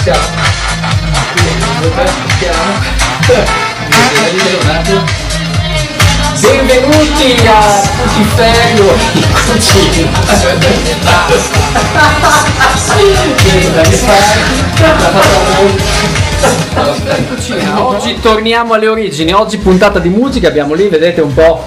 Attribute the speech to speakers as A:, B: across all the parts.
A: siamo. Siamo. Benvenuti a Cutiferro in cucina. Questa che fa? La facciamo in cucina. Oggi torniamo alle origini, oggi puntata di musica, abbiamo lì, vedete un po'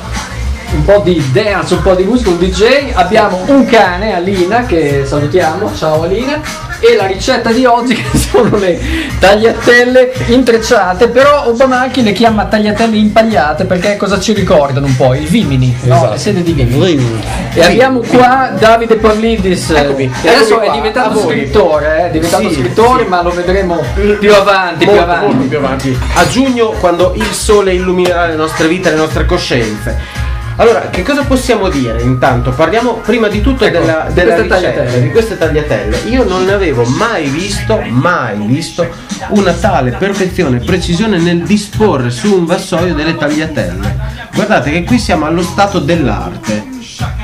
A: un po' di dance, un po' di musica, un DJ, abbiamo un cane, Alina, che salutiamo, ciao Alina, e la ricetta di oggi che sono le tagliatelle intrecciate, però Obamaki le chiama tagliatelle impagliate perché cosa ci ricordano un po'? I vimini, no? le sede di vimini. E abbiamo qua Davide Pavlidis, che adesso è diventato scrittore, eh, è diventato scrittore, ma lo vedremo più avanti, più
B: Molto,
A: avanti.
B: molto più avanti. A giugno, quando il sole illuminerà le nostre vite e le nostre coscienze. Allora, che cosa possiamo dire intanto? Parliamo prima di tutto
A: Ecco,
B: della,
A: di
B: della
A: queste
B: ricetta,
A: tagliatelle.
B: di queste tagliatelle. Io non ne avevo mai visto, mai visto, una tale perfezione e precisione nel disporre su un vassoio delle tagliatelle. Guardate che qui siamo allo stato dell'arte.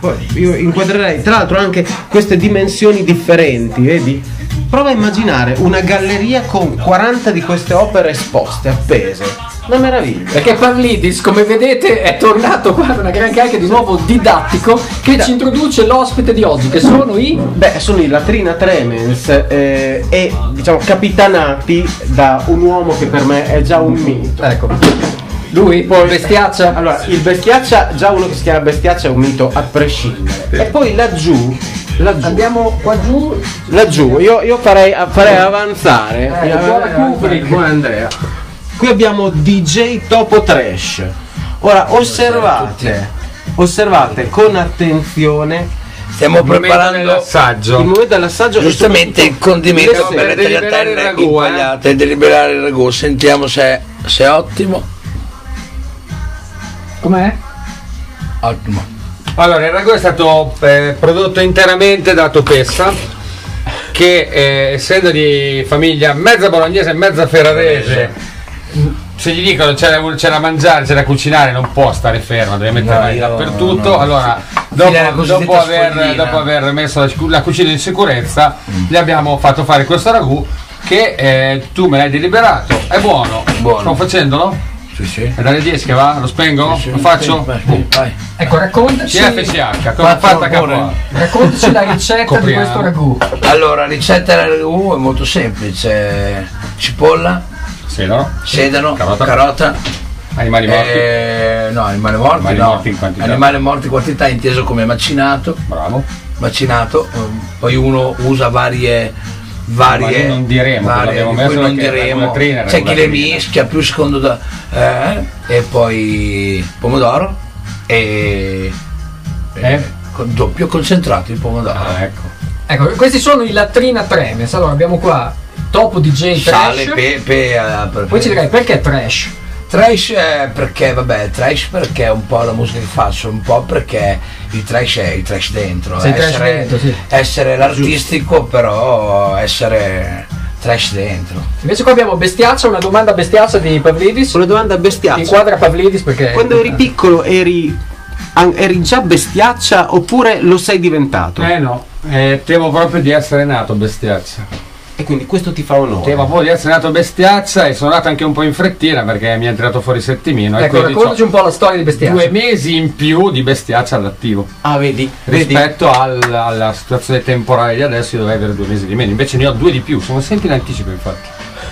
B: Poi io inquadrerei tra l'altro anche queste dimensioni differenti, vedi? Prova a immaginare una galleria con 40 di queste opere esposte, appese. Una meraviglia.
A: Perché Pavlidis, come vedete, è tornato qua da una gran carica di nuovo didattico che ci introduce l'ospite di oggi, che sono i...
B: Beh, sono i Latrina Tremens eh, e diciamo capitanati da un uomo che per me è già un mito.
A: Ecco, lui, bestiaccia.
B: Allora, il bestiaccia, già uno che si chiama bestiaccia è un mito a prescindere. E poi laggiù, laggiù,
A: Andiamo qua giù.
B: laggiù, io, io farei, farei avanzare.
A: Eh, buona Kubrick.
B: Buona Andrea. Qui abbiamo DJ Topo Trash. Ora osservate, osservate con attenzione
C: Stiamo preparando
B: il
D: Assaggio.
B: momento dell'assaggio e
C: giustamente il condimento
B: Sì,
C: per le
D: per deliberare il
C: tagliatelle
D: ragù, eh.
C: impagliate e deliberare il ragù. Sentiamo se, se è ottimo.
A: Com'è?
C: Ottimo.
D: Allora, il ragù è stato eh, prodotto interamente da Topessa, che eh, essendo di famiglia mezza bolognese e mezza ferrarese, se gli dicono c'è da, c'è da mangiare, c'è da cucinare, non può stare fermo, deve
C: No,
D: mettere
C: io-
D: dappertutto.
C: no, no.
D: Allora,
C: Fila la
D: dopo,
C: cosiddetta
D: dopo aver,
C: scoglina.
D: dopo aver messo la, scu- la cucina in sicurezza,
C: Mm.
D: gli abbiamo fatto fare questo ragù che eh, tu me l'hai deliberato. È buono.
C: Buono.
D: Sto facendolo?
C: Sì, sì.
D: È dalle 10 che va? Lo spengo? Lo faccio?
C: Vai, vai, vai.
A: Ecco, raccontaci,
D: CFCH, come ha fatto a capo?
A: raccontaci la ricetta di
D: Copriamo.
A: questo ragù.
C: Allora, ricetta del ragù è molto semplice. Cipolla,
D: Sì, no?
C: sedano, carota,
D: Carota. Animali morti.
C: eh, no, animale morto,
D: Animali
C: no.
D: morti in quantità.
C: Animale morto in quantità inteso come macinato,
D: Bravo.
C: macinato, ehm, poi uno usa varie varie
D: Ma noi non diremo cosa abbiamo
C: di
D: messo
C: cui non
D: perché la
C: diremo.
D: colatrina era
C: c'è chi le
D: colatrina.
C: mischia più secondo da, eh, e poi pomodoro e
D: Eh?
C: con- doppio concentrato di pomodoro
D: Ah, ecco.
A: Ecco, questi sono i latrina tremes. Allora, abbiamo qua Topo DJ
C: sale,
A: Trash.
C: pepe eh, per-
A: Poi ci direi perché trash?
C: Trash eh, perché, vabbè, trash perché è un po' la musica che faccio, un po' perché il trash è il trash dentro.
A: Sei trash
C: essere,
A: dentro, sì.
C: essere l'artistico, però essere trash dentro.
A: Invece qua abbiamo bestiaccia, una domanda bestiaccia di Pavlidis.
B: Una domanda bestiaccia.
A: Inquadra Pavlidis perché... Ecco,
B: Quando eri piccolo eri, an- eri già bestiaccia oppure lo sei diventato?
D: Eh no, eh, temo proprio di essere nato bestiaccia.
B: E quindi questo ti fa onore.
D: Temo proprio di essere nato bestiaccia e sono nato anche un po' in frettina perché mi è entrato fuori settimino. e
A: Ecco,
D: quindi ho
A: raccontaci un po' la storia di bestiaccia.
D: due mesi in più di bestiaccia all'attivo.
B: Ah, vedi? vedi?
D: Rispetto al- alla situazione temporale di adesso io dovrei avere due mesi di meno, invece ne ho due di più, sono sempre in anticipo infatti.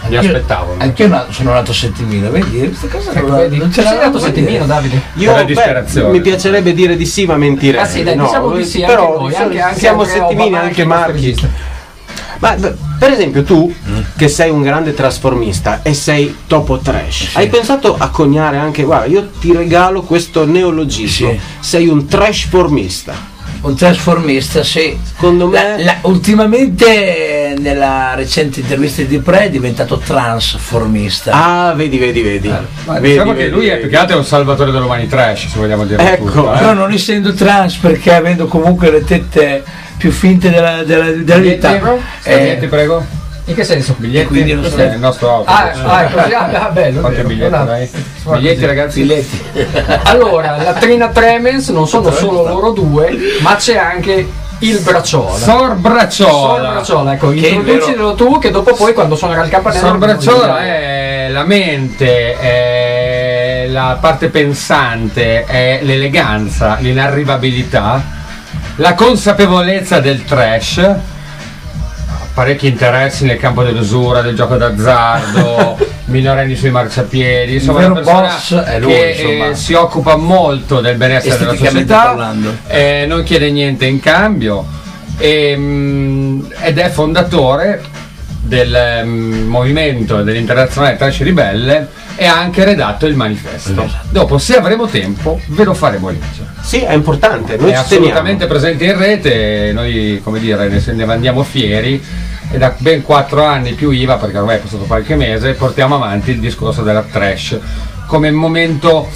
D: Mi aspettavo.
C: Anch'io na- sono nato a settimila, vedi? Questa cosa
A: Ecco,
C: non,
A: vedi,
C: non ce
A: sei
C: l'avevo
A: nato
C: mai
A: settimino,
C: detto.
A: Davide.
B: Io
D: Però è
B: beh,
D: disperazione.
B: mi piacerebbe dire di sì, ma mentire.
A: Ah sì, dai,
B: Eh, no,
A: diciamo di sì, anche
B: però
A: noi,
B: diciamo-
A: anche- anche
B: siamo
A: Andrea
B: settimini,
A: Obamacchi,
B: anche
A: il nostro
B: Marchi.
A: regista.
B: Ma beh, per esempio tu, che sei un grande trasformista e sei topo trash, hai pensato a coniare anche, guarda, io ti regalo questo neologismo,
C: Sì.
B: sei un trashformista.
C: Un trasformista, sì.
B: Secondo
C: La-
B: me...
C: la- ultimamente eh, nella recente intervista di Pre è diventato transformista.
B: Ah, vedi, vedi, vedi.
D: Eh. Ma
B: Vedi,
D: diciamo che
B: vedi,
D: lui è
B: vedi.
D: più che altro un salvatore dell'umani trash, se vogliamo dire
B: Ecco.
D: tutto, eh.
C: Però non essendo trans, perché avendo comunque le tette più finte della, della, della verità, eh,
D: Biglietti, prego.
A: In che senso?
D: Biglietti,
C: quindi non so-
D: questo è il nostro auto.
A: Ah, ah, ecco, sì, ah, ah, bello.
D: Quanto
A: bello.
D: biglietti
A: Guarda,
D: dai?
A: guarda
D: Biglietti
A: così.
D: ragazzi?
C: filetti.
A: Allora, la Trina Tremens non sono solo loro due, ma c'è anche il bracciola. Sor
D: Sorbracciola.
A: bracciola, ecco,
C: Che è
A: introducilo tu che dopo poi quando suonerà il campanello...
D: Sorbracciola è la mente, è la parte pensante, è l'eleganza, l'inarrivabilità, la consapevolezza del trash, ha parecchi interessi nel campo dell'usura, del gioco d'azzardo, minorenni sui marciapiedi, insomma, è
C: vero
D: una persona
C: boss è lui,
D: che
C: insomma.
D: eh, si occupa molto del benessere della
C: Esteticamente
D: società,
C: parlando.
D: eh, non chiede niente in cambio e, mm, ed è fondatore del mm, movimento dell'internazionale Trash Ribelle e ha anche redatto il manifesto. Dopo, se avremo tempo, ve lo faremo leggere.
B: Sì, è importante, noi
D: È
B: ci teniamo.
D: assolutamente presente in rete, e noi come dire ne, se ne andiamo fieri e da ben 4 anni più IVA, perché ormai è passato qualche mese, portiamo avanti il discorso della trash come momento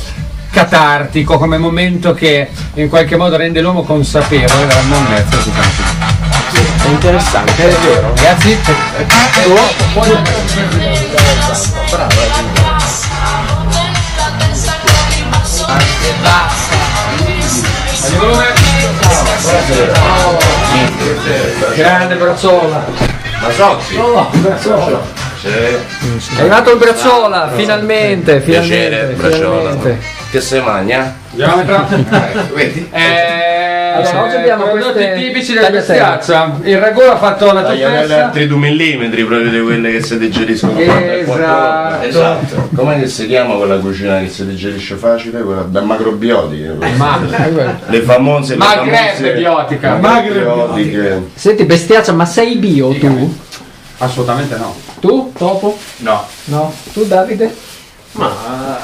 D: catartico, come momento che in qualche modo rende l'uomo consapevole della monnezza di tanti.
B: È interessante, è vero.
D: Ragazzi,
A: Grande bracciola.
E: Masotti,
A: Oh, bracciola.
E: c'è
A: È arrivato il bracciola, finalmente,
E: piacere,
A: finalmente,
E: braciola.
A: finalmente.
E: Che se magna? Vedi?
D: eh,
A: Allora, oggi abbiamo
D: prodotti
A: queste
D: tipici della
A: tagliatelle.
D: bestiaccia. Il ragù ha fatto la
E: Tagliatelle
D: toppessa.
E: altri 2 millimetri proprio di quelle che si digeriscono
D: Esatto.
E: Esatto. Com'è che si chiama quella cucina che si digerisce facile? Quella da macrobiotiche. quelle.
D: Ma
A: Eh,
E: Le famose... le
D: Magrebiotica.
E: famose-
D: biotica.
E: Macrobiotiche.
A: Senti, bestiaccia, ma sei bio tu?
D: Assolutamente no.
A: Tu, Topo?
E: No.
A: No. Tu, Davide?
F: Ma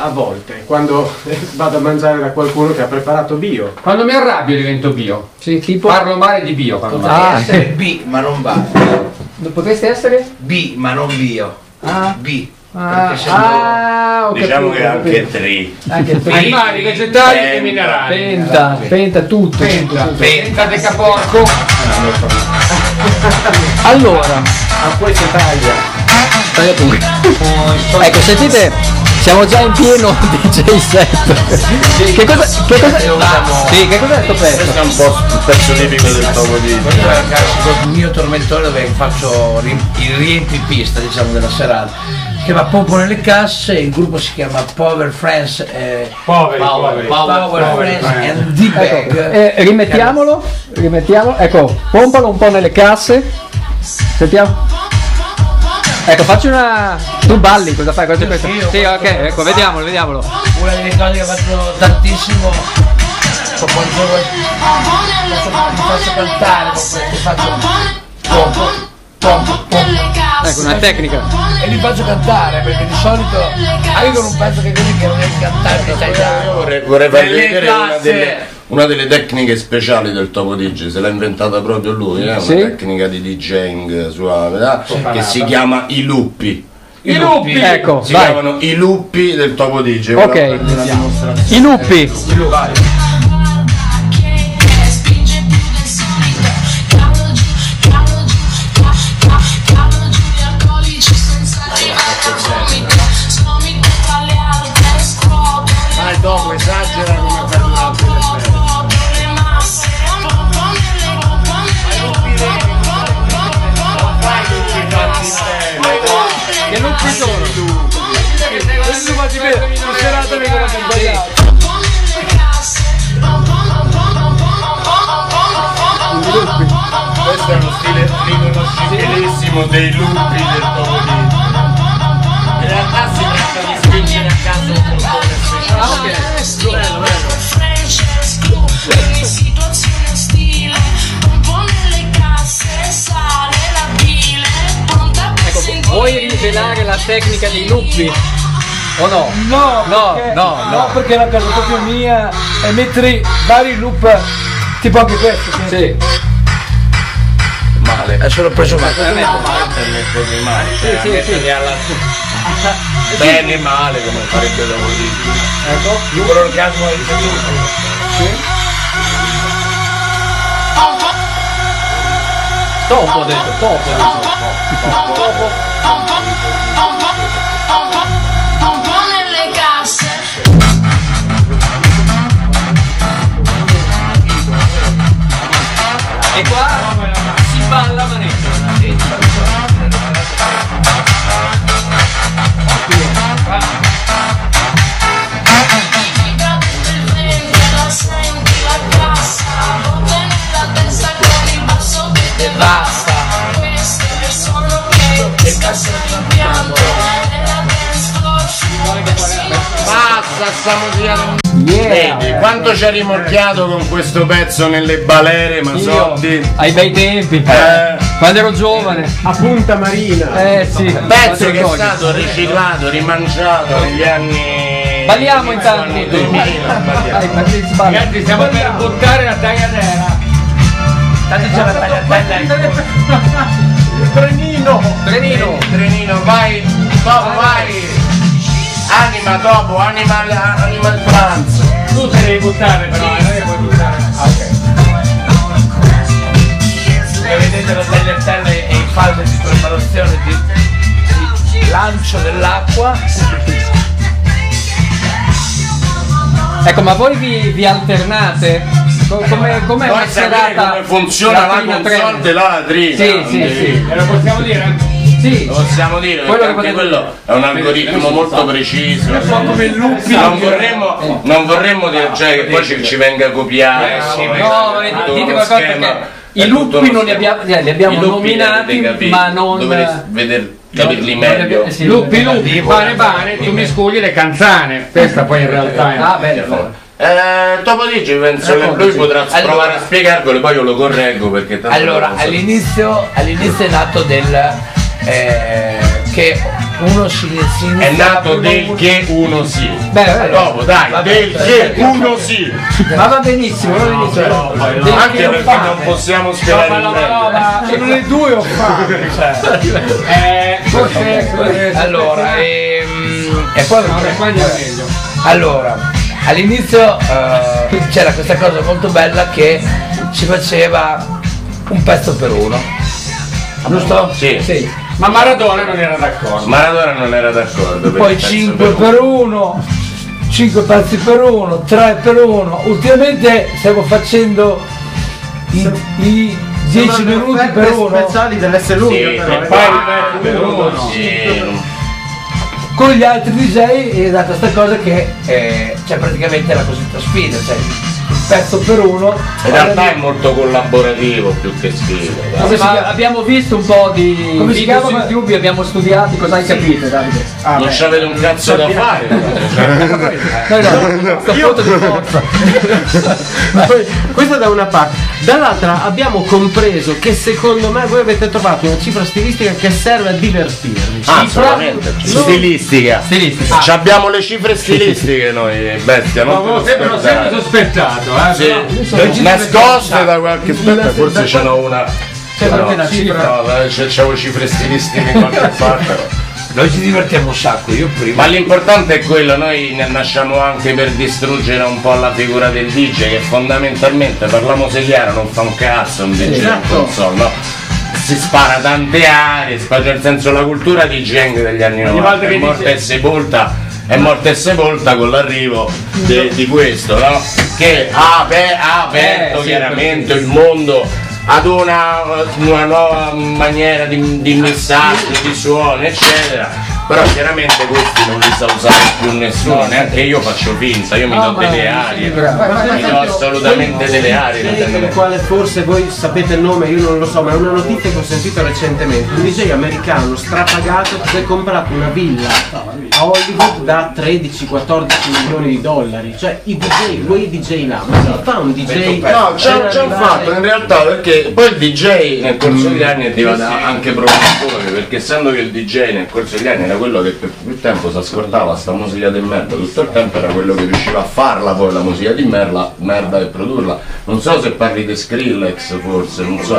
F: a volte, quando vado a mangiare da qualcuno che ha preparato bio,
D: Quando mi arrabbio divento bio.
A: Sì, tipo...
D: Parlo male di bio. Parlo male.
A: Ah,
C: Essere B ma non va.
A: potresti essere?
C: B ma non bio.
A: Ah,
C: B.
A: ah,
C: Perché sennò-
A: ah, ho
E: Diciamo
A: capito,
E: che
A: ho
E: anche
A: capito.
E: 3.
A: Anche il primo.
D: Animali, vegetali e
E: Penta.
D: minerali.
A: Penta, penta tutto.
D: Penta,
A: tutto, tutto.
D: penta de caporco.
E: Ah,
A: Allora,
B: Ah, poi si taglia.
A: taglia tu. Ecco, sentite, siamo già in pieno DJ set. Che cosa che cosa
C: Ah,
A: Sì, che cos'è sto pezzo?
E: Questo è un po' il pezzo tipico del topo di...
C: Questo
A: cioè,
C: è il classico mio tormentore dove faccio ri- il riempipista diciamo della serata. Si chiama Pompo nelle casse, il gruppo si chiama Power Friends eh,
D: Poveri,
C: Power,
D: poveri.
C: Power Friends and The Bag.
A: Eh, rimettiamolo, rimettiamolo, ecco, pompalo un po' nelle casse. Sentiamo. Ecco, facci una. Tu balli, cosa fai? Cosa
C: Sì, io
A: Sì,
C: faccio-
A: ok, ecco, vediamolo, vediamolo.
C: Una delle cose che faccio tantissimo proprio il giorno ti faccio cantare, proprio, ti faccio pompo, pompo, pompo.
A: Ecco, una tecnica.
C: E li faccio cantare perché di solito arrivo un pezzo che così che non è cantare in italiano.
E: Vorrei, vorrei farvi
C: Delle
E: vedere una
C: tasse.
E: delle, una delle tecniche speciali del Topo DJ, se l'ha inventata proprio lui, è
A: Sì?
E: una tecnica di DJing suave, eh, che si chiama i luppi.
D: I lupi.
A: Ecco,
E: Si
A: vai.
E: chiamano i luppi del Topo DJ.
A: Ok.
E: Guardate la dimostrazione.
A: I nuppi.
F: Vai dopo, esagera come per l'altro.
D: eh. Che non ci sono. Questo fa di bene. La serata mi guarda sbagliato.
E: Questo è uno stile riconoscibilissimo dei luppi del Topo DJ.
A: Ecco, Vuoi rivelare la tecnica dei nuppi? O no?
G: No,
A: No,
G: perché,
A: no, no.
G: perché è una cosa proprio mia e mettere vari loop tipo anche questo. che-
A: Sì.
E: Male.
C: Adesso l'ho preso male.
A: Sì, sì, sì.
E: Bene male come farebbe il Topo DJ.
A: Topo detto, topo. E qua
E: passiamo via da un...
A: Yeah.
E: Vedi, quanto ci ha rimorchiato con questo pezzo nelle balere, Masotti?
G: Io, ai bei tempi,
E: Eh.
G: quando ero giovane.
F: A punta marina.
G: Eh sì,
E: Pezzo che è stato riciclato, rimangiato negli anni...
G: Balliamo
E: inizio
G: intanto.
E: anni 2000, balliamo.
G: Dai, ma che sbaglio.
D: Ragazzi, stiamo per buttare la taglia nera.
C: Tanto c'è la tagliatella.
D: Trenino.
E: Trenino, vai, top, vai! Anima dopo, anima, anima al pranzo.
D: Tu te devi buttare però, non è che puoi buttare.
C: Come vedete la tagliatella è in fase di preparazione di, di lancio dell'acqua.
G: Ecco, ma voi vi, vi alternate? Co- Come, com'è una
E: Poi sapere
G: serata?
E: come funziona la
G: prima
E: console
G: trend?
E: della Trina.
G: Sì, sì,
E: Eh,
G: sì.
D: E lo possiamo dire?
G: Sì,
E: Lo possiamo dire,
G: Quello
E: perché
G: che
E: anche
G: potete-
E: quello è un algoritmo molto preciso. Non vorremmo, non vorremmo dire, cioè, che poi ci, ci venga copiato.
G: no, Eh, ma dite- dite qualcosa perché i luppi non li abbiamo, eh, li abbiamo nominati, ma non...
E: Dovresti veder- capirli meglio.
G: Eh, sì,
D: Luppi,
G: vabbè.
D: luppi, pane, pane, tu mi scugli le canzane. Questa poi in realtà è...
G: Ah, bello.
E: Eh, Topodici penso che lui potrà
C: Allora-
E: provare a spiegarvelo poi io lo correggo perché tanto
C: Allora,
E: non so-
C: all'inizio, all'inizio è nato del eh, che uno si si
E: è
C: inizia
E: nato
C: prima
E: del
C: uno-
E: che uno sì.
G: Beh, vabbè,
E: Dopo dai,
C: Vabbè,
E: del che uno sì.
G: ma va benissimo, va benissimo.
E: Anche perché non possiamo spiegare il meglio.
G: sono le due ho
C: Allora, ehm, e poi
D: meglio.
C: Allora, all'inizio eh, c'era questa cosa molto bella che si faceva un pezzo per uno. Giusto?
E: Sì.
D: Ma Maradona non era d'accordo.
E: Maradona non era d'accordo. per il
C: Poi
E: pezzo
C: 5 per 1, 5 pezzi per uno, 3 per uno. Ultimamente stiamo facendo i, i 10 minuti per uno
F: speciali dell'essere lui
E: Sì,
F: però.
E: e
F: eh.
E: poi
F: Ah,
E: il pezzo per uno. Sì.
C: con gli altri DJ è data sta cosa che eh, c'è praticamente la cosiddetta sfida, cioè un pezzo per uno.
E: In realtà è molto collaborativo più che sfida. dai.
G: Sì, ma abbiamo visto un po' di
C: Come si
G: video su
C: chiama?
G: YouTube, abbiamo studiato, cosa hai capito Davide?
F: Ah,
E: Non
F: beh.
E: c'avete un cazzo da fare.
G: Noi no, sto punto di forza.
B: Questo da una parte. Dall'altra abbiamo compreso che secondo me voi avete trovato una cifra stilistica che serve a divertirvi.
E: Ah, sicuramente. Stilistica.
G: Stilistica.
E: Ci abbiamo le cifre stilistiche noi, eh, bestia,
D: Ma
E: non
D: avevo
E: te lo
D: sempre, l'ho sempre
E: aspettare.
D: sospettato, eh.
E: Sì. Nascoste da qualche aspetta, forse ce n'ho una. C'è una cifra. No, dai, c'è- c'avevo cifre stilistiche in qualche parte.
C: Noi ci divertiamo un sacco, io prima.
E: Ma l'importante è quello, noi ne nasciamo anche per distruggere un po' la figura del DJ che fondamentalmente, parliamoci chiaro, non fa un cazzo un DJ in console, no? Si spara tante aree, si fa- cioè, nel senso la cultura di Geng degli anni 90 è morta e sepolta, è morta e sepolta con l'arrivo de- di questo, no? Che ha, ape- ha aperto
G: Eh, sì,
E: chiaramente il mondo ad una, una nuova maniera di, di messaggio, di suono, eccetera. Però chiaramente questi non li sa usare più nessuno, neanche io faccio finta, io mi do delle aree, mi do assolutamente delle aree.
B: Serie del
E: naturalmente.
B: quale forse voi sapete il nome, io non lo so, ma è una notizia che ho sentito recentemente. Un DJ americano strapagato si è comprato una villa a Hollywood da 13-14 milioni di dollari. Cioè i DJ, quei DJ là, ma si fa un DJ?
E: No, c'è,
B: per
E: c'è un
B: arrivare-
E: fatto in realtà perché poi il DJ nel corso degli anni è diventato anche produttore perché essendo che il DJ nel corso degli anni era quello che per più tempo si ascoltava sta musica di merda tutto il tempo era quello che riusciva a farla poi la musica di merla, merda e produrla non so se parli di Skrillex forse non so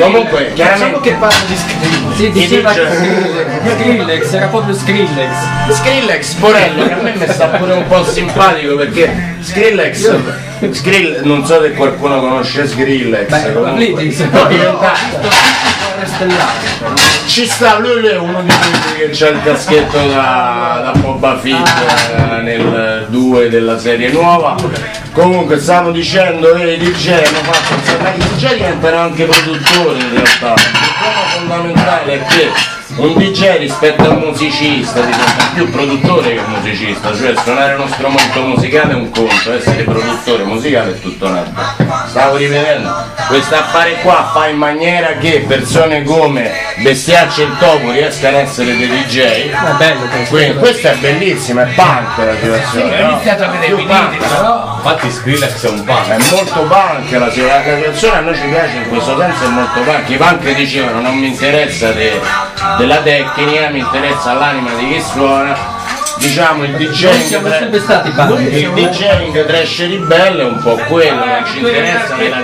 E: comunque
B: Diciamo
E: chiaramente
B: Ah, che parla di scherzo.
G: Si diceva
E: dice-
G: che Skrillex, Skrillex, era proprio Skrillex.
E: Skrillex Borello che a me mi sta pure un po' simpatico perché Skrillex Skrill- non so se qualcuno conosce Skrillex
G: Beh,
E: comunque.
G: Blitz.
E: No, in realtà Ci sta, lui è uno di quelli che c'ha il caschetto da, da Boba Fett eh, eh, nel 2 della serie nuova. Comunque stanno dicendo che i DJ hanno fatto un ma i DJ diventano anche produttori in realtà. Il tema fondamentale è che un DJ rispetto al musicista diventa più produttore che musicista, cioè suonare uno strumento musicale è un conto, essere produttore musicale è tutto un altro. Stavo rivedendo, questo affare qua fa in maniera che persone come Bestiacci e il Topo riescano a essere dei DJ.
A: Ma è bello questo.
E: Quindi, questa è bellissima, è punk la situazione.
C: ho
E: no?
C: iniziato a vedere
E: Più
C: i
E: punk,
C: video, però
H: Infatti Skrillex è un
E: ma
H: punk.
E: è molto punk la la canzone a noi ci piace in questo senso è molto punk i punk dicevano non mi interessa de- della tecnica mi interessa l'anima di chi suona diciamo il
G: Noi siamo sempre
E: DJing
G: stati punk.
E: il DJing trash ribelle è un po' quello non ci interessa nella tecnica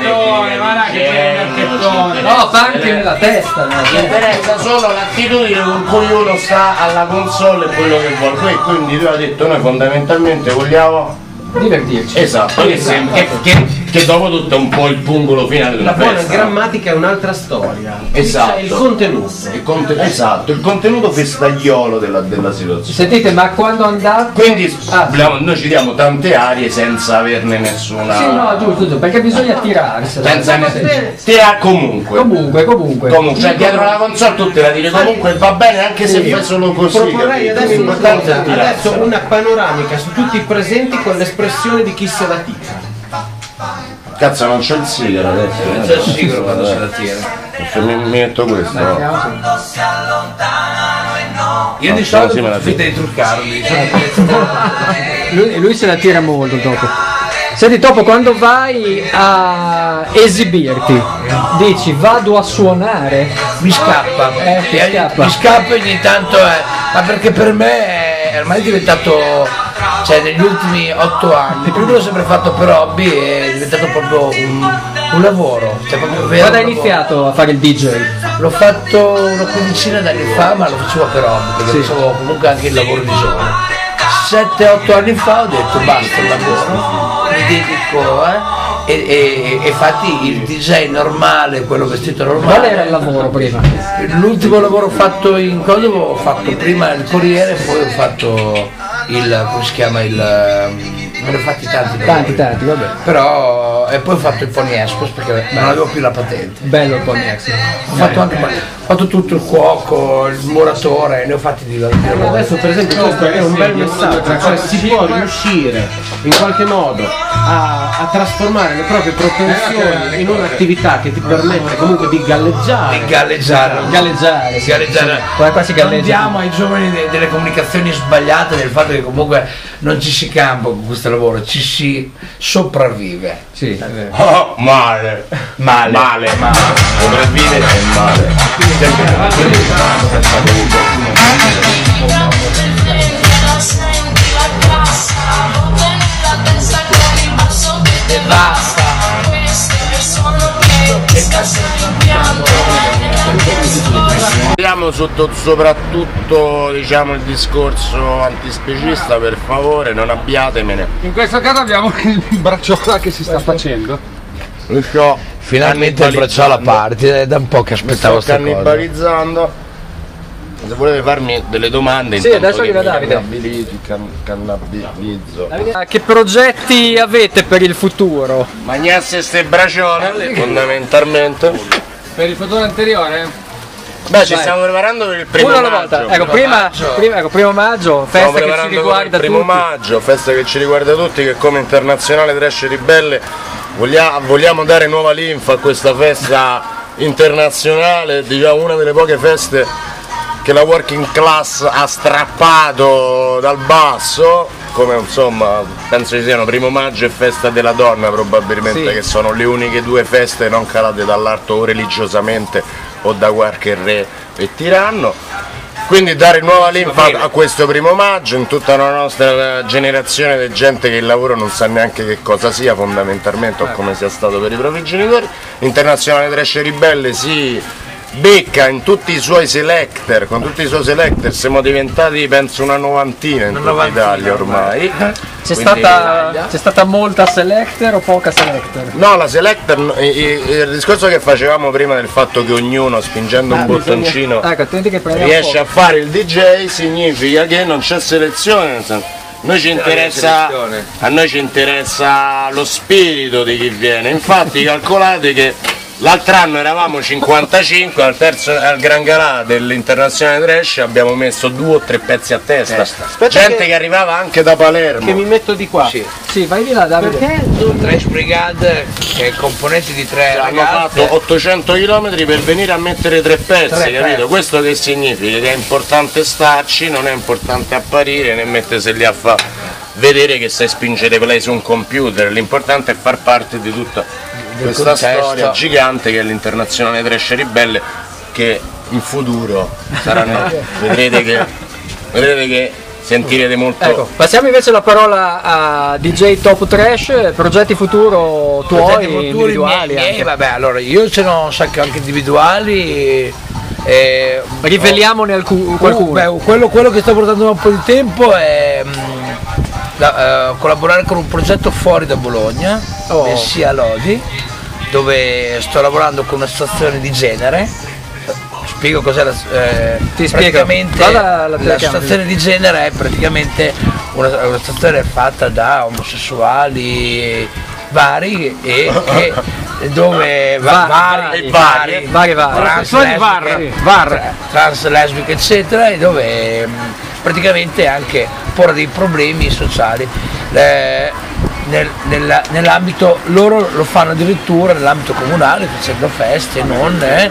E: di genere, non ci
G: No,
E: interessa
G: punk nella testa. nella
E: ci
G: testa.
E: interessa solo l'attitudine con cui uno sta alla console e quello che vuole Qui- quindi lui ha detto noi fondamentalmente vogliamo
A: Divertirci.
E: Esatto, che, sem- che, che, che dopo tutto è un po' il pungolo finale
B: La
E: della
B: buona
E: festa.
B: grammatica è un'altra storia.
E: Esatto.
B: Il contenuto.
E: Il conte- esatto, il contenuto festagliolo della, della situazione.
A: Sentite, ma quando andate...
E: Quindi
A: Ah.
E: abbiamo- noi ci diamo tante arie senza averne
B: Ah.
E: nessuna.
A: Sì, no, giusto, giusto, perché bisogna tirarsela.
E: senza ne- Tira comunque.
A: Comunque, comunque.
E: Comunque, cioè dietro la console tu te la dire comunque va bene anche se fai solo così.
B: Proporrei
E: capito?
B: adesso,
E: L'importante è
B: scusa, adesso
E: tirarsela.
B: una panoramica su tutti i presenti con l'espressione di chi se la tira.
E: Cazzo non c'è il sigaro adesso. Non
C: c'è il sigaro quando se la tira.
E: Mi, mi metto questo. no?
C: Io di
E: No, sì, me
C: solito
E: la
C: finta di truccarmi, sono
A: Lui, lui se la tira molto dopo. Senti, dopo quando vai a esibirti, dici vado a suonare.
C: mi scappa,
A: Eh, ti
C: Eh,
A: scappa.
C: mi scappa ogni tanto, eh, ma perché per me è ormai è diventato, cioè negli ultimi otto anni, prima l'ho sempre fatto per hobby e è diventato proprio un, un lavoro. Cioè proprio vero
A: Quando hai
C: un lavoro.
A: iniziato a fare il DJ?
C: L'ho fatto una quindicina d'anni fa, ma lo facevo per hobby, perché
A: Sì.
C: facevo comunque anche il lavoro di giorno. 7-8 anni fa ho detto basta il lavoro, mi dedico, eh. E, e- e infatti il DJ normale, quello vestito normale.
A: Qual era il lavoro prima?
C: L'ultimo lavoro fatto in Kosovo ho fatto prima il Corriere, poi ho fatto il. come si chiama il. ehm, ne ho fatti tanti lavori.
A: Tanti, tanti, vabbè.
C: Però. e poi ho fatto il Pony Expos perché non avevo più la patente.
A: Bello il Ponex.
C: Ho fatto anche ho fatto tutto il cuoco, il muratore, ne ho fatti di di lavori.
B: Adesso per esempio questo è un bel messaggio, cioè si può riuscire in qualche modo a, a trasformare le proprie
E: Eh,
B: propensioni in un'attività che ti permette comunque di
C: Di
B: galleggiare.
C: galleggiare.
A: Galleggiare. sì.
C: Galleggiare.
A: Qua, qua si
C: Non
A: galleggia.
C: diamo ai giovani de- delle comunicazioni sbagliate del fatto che comunque non ci si campa con questo lavoro, ci si sopravvive.
A: Sì, è vero.
E: Oh, male. Male. Male, male. Sopravvivere è male.
C: Basta.
E: Andiamo sotto soprattutto diciamo il discorso antispecista, per favore, non abbiatemene.
D: In questo caso abbiamo il bracciola che si sta facendo.
E: Lo sto
C: Finalmente il bracciale a parte, è da un po' che aspettavo
E: Sto
C: sta cosa.
E: cannibalizzando. Se volete farmi delle domande,
A: Sì,
E: intanto
A: adesso
E: che
A: arriva
E: mi
A: Davide.
E: cannabilizzi, can- cannabilizzo.
A: Ah, Che progetti avete per il futuro?
E: Magnasse ste braciole, fondamentalmente.
D: Per il futuro anteriore?
E: Beh, ci stiamo preparando per il primo
A: Uno alla
E: maggio.
A: volta. Ecco, prima, prima, ecco, primo maggio,
E: Stiamo
A: festa che ci
E: preparando
A: riguarda
E: per il primo
A: tutti.
E: maggio, festa che ci riguarda tutti, che come internazionale Trash Ribelle voglia- vogliamo dare nuova linfa a questa festa internazionale, diciamo una delle poche feste che la working class ha strappato dal basso, come insomma penso ci siano primo maggio e festa della donna probabilmente,
A: Sì.
E: che sono le uniche due feste non calate dall'alto o religiosamente o da qualche re e tiranno. Quindi dare nuova linfa a questo primo maggio in tutta la nostra generazione di gente che il lavoro non sa neanche che cosa sia fondamentalmente o come sia stato per i propri genitori. Internazionale Trash Ribelle si becca in tutti i suoi selector, con tutti i suoi selector siamo diventati penso una novantina in tutta Italia ormai.
A: C'è
E: Quindi-
A: stata, c'è stata molta selector o poca selector?
E: No, la selector, no, i- i- il discorso che facevamo prima del fatto che ognuno spingendo un bottoncino
A: Ecco, attenti che prendiamo
E: riesce a fare il DJ significa che non c'è selezione. nel senso, Noi ci interessa,
D: selezione.
E: a noi ci interessa lo spirito di chi viene, infatti calcolate che l'altro anno eravamo 55, al, terzo, al Gran Galà dell'Internazionale Trash abbiamo messo due o tre pezzi a testa, gente che...
B: che-
E: arrivava anche da Palermo.
B: Che mi metto di qua.
C: Sì.
A: Sì, vai di là, Davide.
C: Trash Brigade che è componente di tre
E: Eh, Hanno
C: ragazzi
E: fatto 800 km per venire a mettere tre pezzi,
C: Tre
E: capito?
C: pezzi.
E: Questo che significa? Che è importante starci, non è importante apparire, né mettersi lì a fa vedere che sai spingere play su un computer, l'importante è far parte di tutta questa
C: contesto.
E: storia gigante che è l'internazionale Trash Ribelle che in futuro saranno, vedrete che, vedrete che sentirete molto...
A: Ecco, passiamo invece la parola a DJ Top Trash, progetti futuro tuoi,
C: progetti futuri
A: individuali
C: miei,
A: anche.
C: Eh, vabbè allora io ce n'ho un sacco anche individuali eh, e,
A: Riveliamone alcu- qualcuno.
C: Uh, beh, quello, quello che sto portando da un po' di tempo è mm, la- eh, collaborare con un progetto fuori da Bologna,
A: Oh.
C: Messia Lodi, dove sto lavorando con un'associazione di genere. Spiego cos'è la, eh,
A: Ti spiego.
C: praticamente
A: Guarda la telecamera.
C: l'associazione di genere è praticamente una- un'associazione fatta da omosessuali vari e, e dove
A: Va-
C: va, vari,
A: e
C: vari,
A: Vari, vari.
C: trans,
A: Omosessuali
C: lesbiche,
A: var,
C: tra- trans, lesbiche eccetera e dove mh, praticamente anche porre dei problemi sociali Eh, nel- nella- nell'ambito loro lo fanno addirittura nell'ambito comunale facendo feste non eh,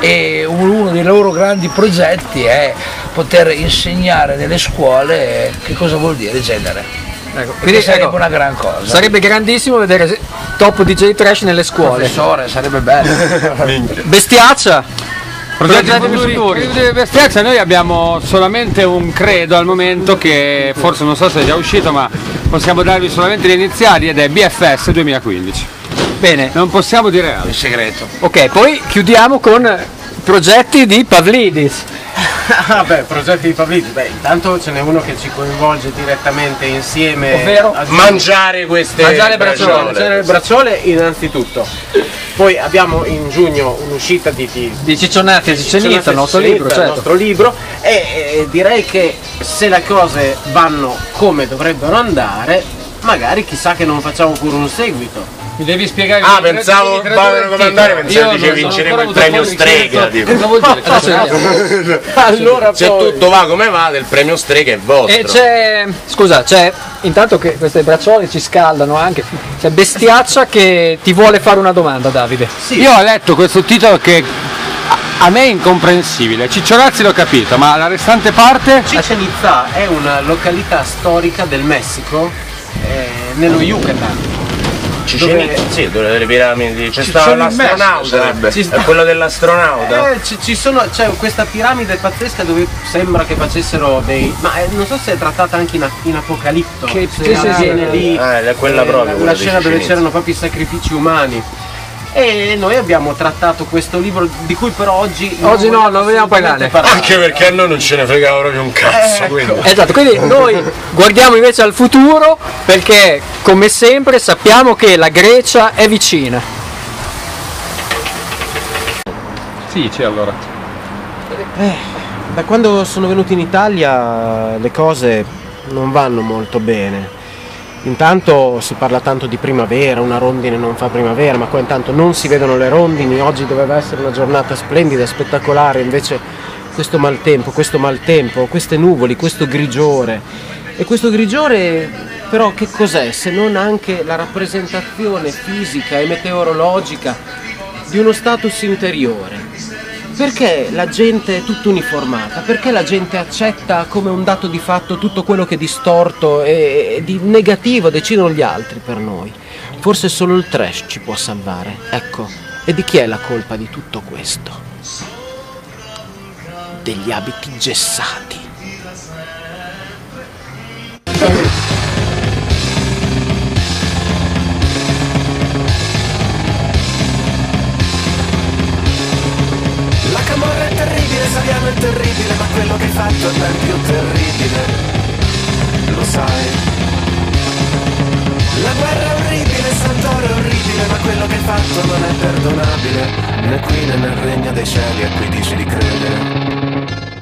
C: e un- uno dei loro grandi progetti è poter insegnare nelle scuole eh, che cosa vuol dire genere
A: Ecco,
C: quindi
A: quindi,
C: sarebbe
A: ecco,
C: una gran cosa
A: sarebbe grandissimo vedere se- Top DJ Trash nelle scuole.
C: professore sarebbe bello
A: Bestiaccia.
D: Progetti
A: Progetti
D: futuri.
A: futuri.
D: Progetti per Spiazza, noi abbiamo solamente un credo al momento che forse non so se è già uscito, ma possiamo darvi solamente gli iniziali ed è BFS 2015.
A: Bene.
D: Non possiamo dire altro.
C: il segreto
A: Ok, poi chiudiamo con progetti di Pavlidis.
F: Ah beh, progetti di Pavlidis, beh intanto ce n'è uno che ci coinvolge direttamente insieme
A: Ovvero?
F: a-
E: Mangiare queste
A: Mangiare
E: braciole.
A: braciole,
F: Mangiare il bracciole innanzitutto. Poi abbiamo in giugno un'uscita di, di
A: Di Ciccionati e Ciccionita, il nostro libro,
F: il
A: certo.
F: nostro libro e eh, direi che se le cose vanno come dovrebbero andare, magari chissà che non facciamo pure un seguito.
D: Mi devi spiegare
E: Ah, pensavo- Paolo, come andare, pensavo dice vinceremo il premio strega, tipo.
D: Cosa vuol dire?
A: Adesso vediamo.
F: Allora
E: Se
F: poi-
E: tutto va come va, del premio strega è vostro.
F: Eh,
A: E c'è, scusa, c'è, intanto che queste bracciole ci scaldano anche, c'è Bestiaccia che ti vuole fare una domanda, Davide.
D: Io ho letto questo titolo che a- a me è incomprensibile. Ciccionazzi l'ho capito, ma la restante parte
F: Chichen Itza è una località storica del Messico, eh, nello Yucatan.
E: Cicen
F: Dove-
E: Sì, dove le piramidi. C'è
F: Ci
E: stato
F: sono in mezzo,
E: l'astronauta.
F: sarebbe. Ci sta-
E: È quello dell'astronauta.
F: Eh, ci, ci sono, c'è questa piramide pazzesca dove sembra che facessero dei. Ma eh, non so se è trattata anche in, in Apocalitto.
A: Che-
F: se
A: sì, sì,
F: avviene
A: sì.
F: lì.
E: Ah, è quella
F: eh,
E: proprio,
F: la-
E: quella
F: La
E: di
F: scena dove
E: Cicinizza.
F: c'erano proprio i sacrifici umani. E noi abbiamo trattato questo libro di cui però oggi.
A: Oggi no, non vogliamo
F: assolutamente
A: parlare.
E: Anche perché a noi non ce ne fregava proprio un
F: Eh,
E: cazzo. quindi.
A: Esatto, quindi noi guardiamo invece al futuro perché come sempre sappiamo che la Grecia è vicina.
D: Sì, c'è allora.
B: Da quando sono venuto in Italia le cose non vanno molto bene. Intanto si parla tanto di primavera, una rondine non fa primavera, ma qua intanto non si vedono le rondini, oggi doveva essere una giornata splendida, spettacolare, invece questo maltempo, questo maltempo, queste nuvole, questo grigiore. E questo grigiore però che cos'è se non anche la rappresentazione fisica e meteorologica di uno status interiore? Perché la gente è tutta uniformata? Perché la gente accetta come un dato di fatto tutto quello che è distorto e, e di negativo decidono gli altri per noi? Forse solo il trash ci può salvare. Ecco, e di chi è la colpa di tutto questo? Degli abiti gessati.